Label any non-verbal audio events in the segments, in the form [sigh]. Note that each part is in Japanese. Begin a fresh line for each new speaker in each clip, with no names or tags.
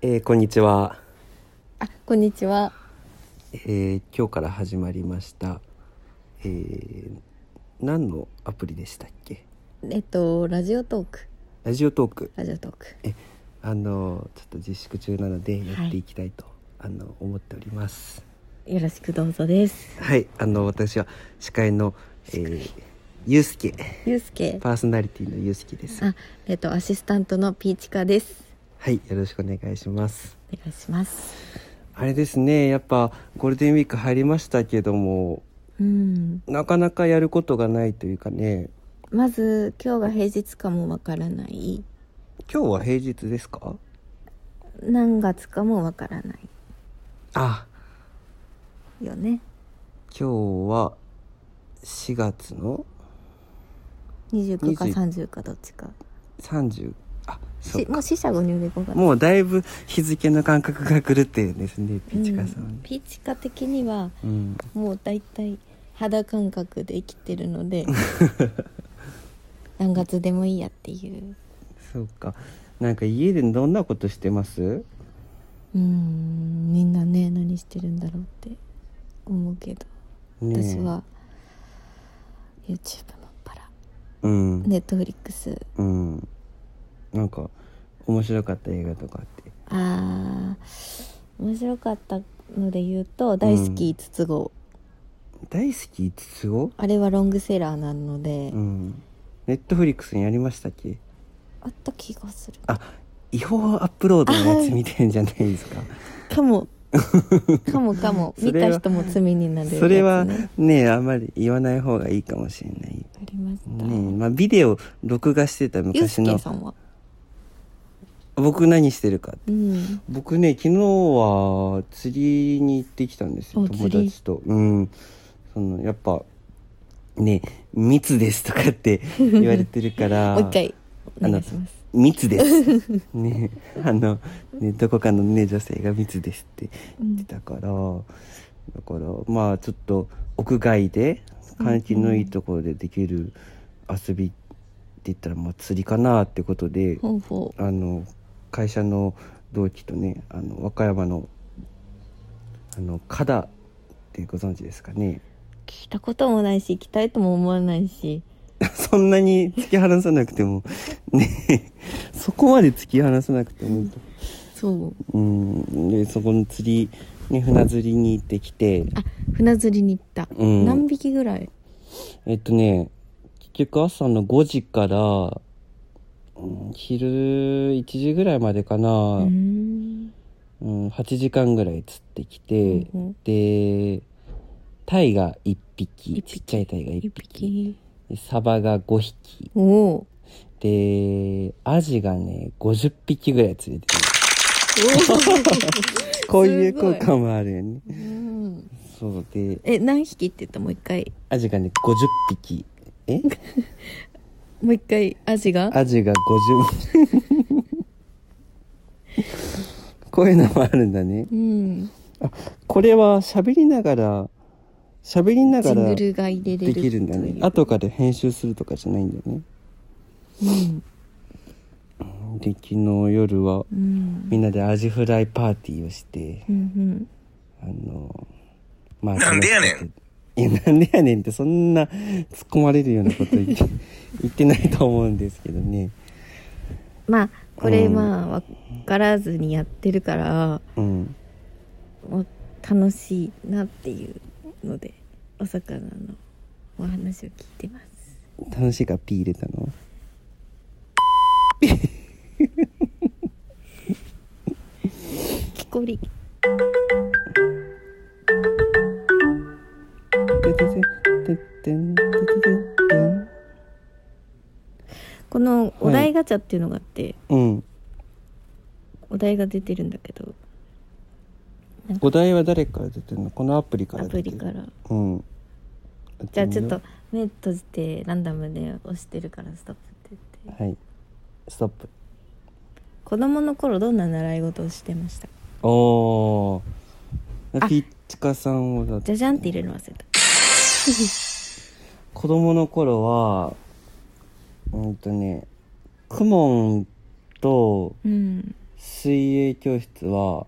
えーこんにちは、
あ、こんにちは。
えー今日から始まりました、えー何のアプリでしたっけ
えっと、ラジオトーク。
ラジオトーク
ラジオトーク。
えあのちょっと自粛中なので
はい
やっていきたいと、あの思っております
よろしくどうぞです。
はいあの私は司会の、えー、ゆうすけ
ゆうすけ。
パーソナリティのゆうすけです
あ、えっと、アシスタントのピーチカです。
はいよろしくお願いします
お願いします。
あれですねやっぱゴールデンウィーク入りましたけども
うん。
なかなかやることがないというかね
まず、今日が平日かもわからない。
今日は平日ですか
何月かもわからな
あ
いよね。
今日は4月の
29か
20
30かどっちか。
30あそう
しもう死者五入で5月。
もうだいぶ日付の感覚が狂ってるんですねピチカさんは
うん
ね、
ピーチカ的には、
うん
もう大体肌感覚で生きてる [laughs] ので何月でもいいやっていう
そうかなんか家でどんなことしてます
うーんみんなね何してるんだろうって思うけど
ねえ
私は YouTube もっぱら
うん、
Netflix
うんなんか面白かった映画とかって
あー面白かったので言うと大好き5つ子、
大好き五つ子
あれはロングセラーなので、
うんネットフリックスにありましたっけ
あった気がする
あ違法アップロードのやつ見てんじゃないですか [laughs]
かもかもかも
そ
見
れは
た人も罪になるやつ、ね、
それはねあんまり言わない方がいいかもしれない
ありました、
ねまあ、ビデオ録画してた
ゆうす
昔
け
の
さんは
僕何してるか
うん
僕ね昨日は釣りに行ってきたんですよ
お
友
釣り
達とうんそのやっぱね密ですとかって言われてる
[laughs]
から
もう一回お願いします
密ですねあのねどこかのね女性が密ですって言ってたから、だからまあちょっと屋外で換気のいいところでできる遊びって言ったらまあ釣りかなってことで、
ほうほ
あの会社の同期とねあの和歌山のあの加田ってご存知ですかね [laughs]
う聞いたこともないし行きたいとも思わないし
そんなに突き放さなくてもねそこまで突き放さなくてもいいと
そう
うんでそこの釣り、ね、船釣りに行ってきて
あ船釣りに行った、
うん
何匹ぐらい
えっとね結局朝の5時から、うん昼1時ぐらいまでかな、
うーん
うん、8時間ぐらい釣ってきて、
うんうん
でタイが1匹
一
ち
匹
っちゃいタイが1匹
1匹
でサバが5匹
おお
でアジがね50匹ぐらい釣れてる
ー
こういう
すご
効果もあるよね
[laughs] うん
そうで
え何匹って言ったもう一回
アジがね50匹え
もう一回アジが
アジが50こういうのもあるんだね
うん
これは喋りながら喋りな
ジ
が
ン
ら
グルが入れれる
できるんだね
という
後から編集するとかじゃないんだよね
うん
で昨日夜は
うん
みんなでアジフライパーティーをして
うんうん
あのまあ
なんでやねん
そのいやなんでやねんってそんな突っ込まれるようなこと言って
[laughs]
言ってないと思うんですけどね
まあこれ
うん
まあ分からずにやってるから、
うん
まあ楽しいなっていうのでお魚のお話を聞いてます
楽しいからピー入れたの
木こり
ててててんてててんてん
このお題ガチャっていうのがあって、
うん
お題が出てるんだけど
お題は誰から出てるのこのアプリか
ア
ら
プ
出てる
リから
うん
じゃあちょっ
や
と
て
目閉じてランダムで押してるからストップって言
み
っ
ようはい
て
ストップ
子供の頃どんな習い事をしてました
おー
あ
ピッチカさんをだって
じゃじゃんって入れるの忘れた
子供の頃は、うんとね、クモンと
うん
水泳教室は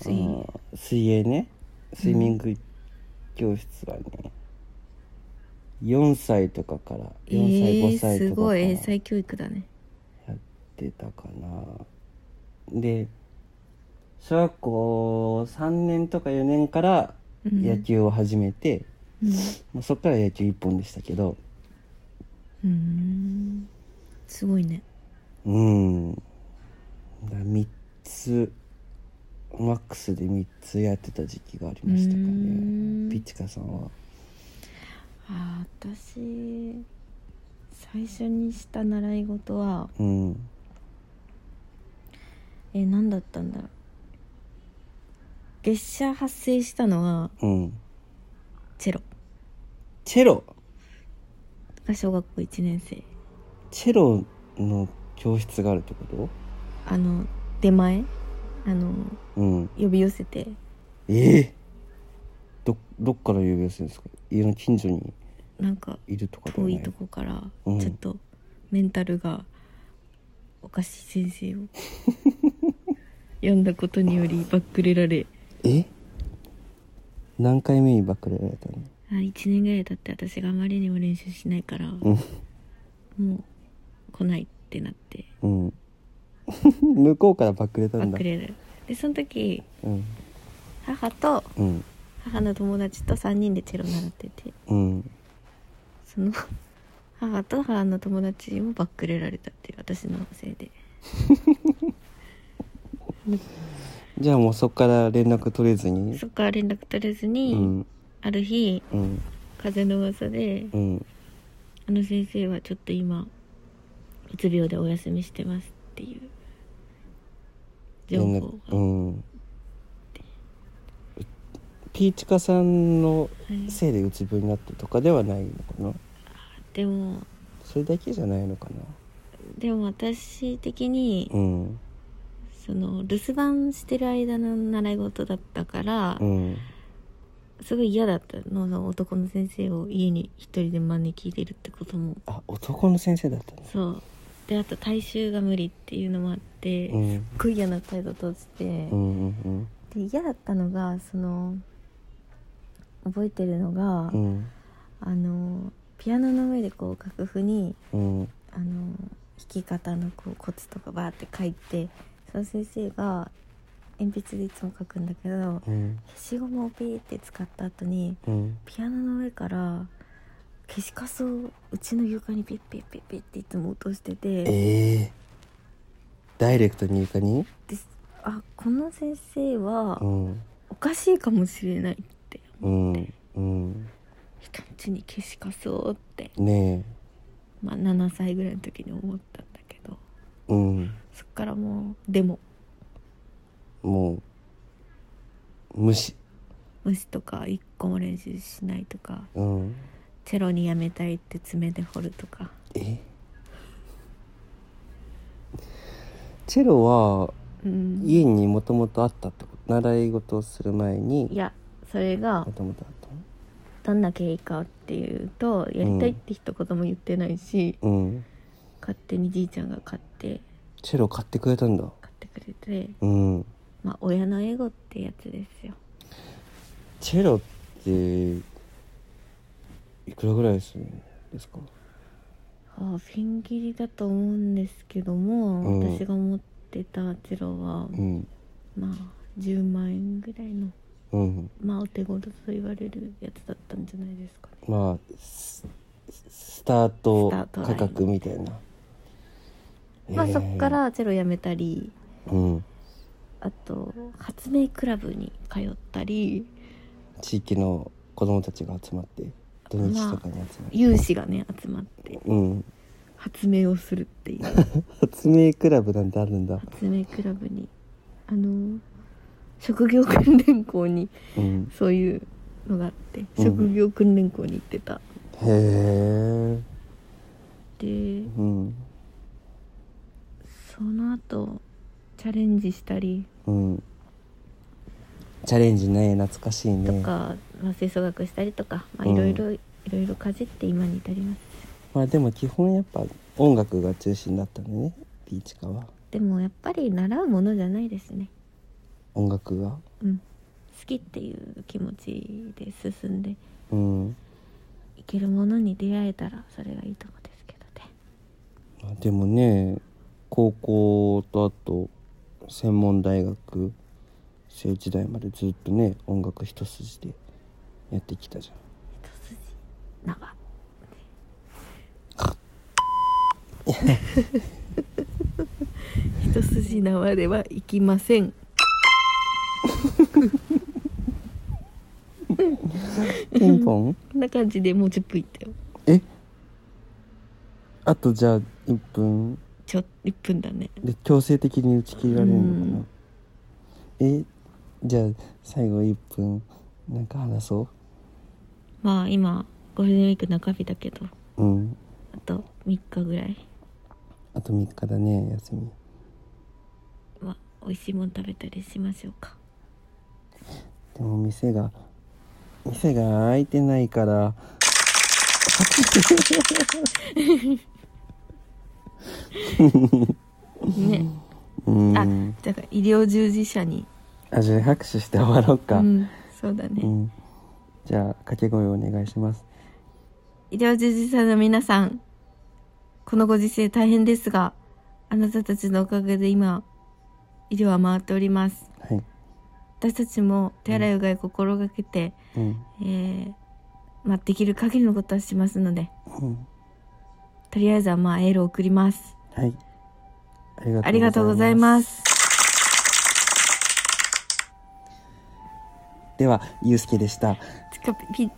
水泳
あー水泳ねスイミング教室はね、4歳とかから
え
4歳5
ー、
歳
す
とかか
ご
ら
い英
や
才教育だね
ってたかなで小学校3年とか4年から
うん
野球を始めて、
うん
まあ、そっから野球一本でしたけど
うーんすごいね
うんだ3つマックスで3つやってた時期がありましたか
うー
ね
ん
ピッチカさんは
あー私最初にした習い事は
うん
えー、何だったんだろう月謝発生したのは
うん
チェロ
チェロ
が小学校1年生
チェロの教室があるってこ
あの出前あの
とうん
呼び寄せて
ええどどっから呼び寄せるんですか家の近所に
なんか
いるとかでは
遠
ない
いとこから
うん
ちょっとメンタルがおかしい先生
[laughs]
を読んだことによりバックレられ
え何回目にバックレられたの
あ1年ぐらい経って私があまりにも練習しないからも
うん
う来ないってなって
うん [laughs] 向こうからバックレた
バ
ん
ッ
だ
クレられでその時
うん
母と
うん
母の友達と3人でチェロ習ってて
うん
その [laughs] 母と母の友達もバックレられたっていう私のせいで
じゃあもうそっから連絡取れずに
そっから連絡取れず
う
に、
ん
ある日
うん
風の噂で
うん
「あの先生はちょっと今うつ病でお休みしてます」っていう情
連
報
絡
が、
うんピーチカさんの
はい
せいでうつ病になったとかではないのかな
でも
それだけじゃないのかな
でも私的に
うん
その留守番してる間の習い事だったから、
うん
すごい嫌だったのその男の先生を家に一人で招き入れるってことも
あ男の先生だったね
そうであと大衆が無理っていうのもあって、
う
すっ
ん
ごい嫌な態度とって、
うんうん
で嫌だったのがその覚えてるのが、
うん
あのピアノの上でこう楽譜に
うんうん
あの弾き方のこうコツとかバーって書いてその先生が鉛筆でいつも書くんだけど
うん
消しゴムをピーって使った後に
うん
ピアノの上から消しカスをうちの床にピッピッピッピッっていつも落としてて
ええダイレクトに床に
ですあこの先生は
うん
おかしいかもしれないって
うんうん
人んちに消しカスをって、
ね
まあ、7歳ぐらいの時に思ったんだけど
えうん
そっからもうでも
もう無視
虫とか一個も練習しないとか
うん
チェロにやめたいって爪で掘るとか
えチェロは
うんい
家にもともとあったってこと習い事をする前に
やそれが
もともとあったの
どんな経緯かっていうとやりたいって一言も言ってないし、
うん
勝手にじいちゃんが買って
チェロ買ってくれたんだ
買ってくれて
うん
まあ親のエゴってやつですよ
チェロっていくらぐらいするんですか
ああピン切りだと思うんですけども、
うん
私が持ってたチェロは、
うん
まあ10万円ぐらいの
うん
まあお手頃と言われるやつだったんじゃないですかね
まあススタート
スタートライ
価
ン
格みたいな
まあ
えー
そっからチェロやめたり
うん
あと発明クラブに通ったり
地域の子供たちが集まって土日とかに集まって、
有志がね集まって
うん
発明をするっ
[laughs]
ていう
発明クラブなんてあるんだ
発明クラブにあの職業訓練校に
うん
そういうのがあって
うん
職業訓練校に行ってた、
へえ
で
うん
その後チャレンジしたり
うんチャレンジね懐かしい
と
ね
か、まあ、吹奏楽したりとか、まあ、
うん
いろいろ、いろいろかじって今に至ります
まあでも基本やっぱ音楽が中心だったんでねピーチカは
でもやっぱり習うものじゃないですね
音楽が
うん好きっていう気持ちで進んで
うん
いけるものに出会えたらそれがいいとこですけどね
まあでもね高校とあと専門大学生時代までずっとね音楽一筋でやってきたじゃん
一筋
[laughs]
縄一筋縄ではいきません
ピンポン
こんな感じでもう10分いったよ
えあとじゃあ1分
ちょ1分だね
で強制的に打ち切られるのかな、えじゃあ最後1分なんか話そ
まあ今ゴールデンウィーク中日だけど
ううん
あと3日ぐらい
あと3日だね休み
は美味しいもの食べたりしましょう [laughs] か
でも店が店が開いてないから
ね
うん
あだから医療従事者に
あじゃあ拍手して終わろうか、
う
うん
んそうだね、
じゃあ掛け声お願いします
医療従事者の皆さん、このご時世大変ですが、あなたたちのおかげで今、医療は回っております。
はい、
私たちも手洗いうがい心がけて、
うん
えーまあ、できる限りのことはしますので、
うん、
とりあえずはまあエールを送ります。
はい
ありがとうございます。
ではゆうすけでした
つかぴ、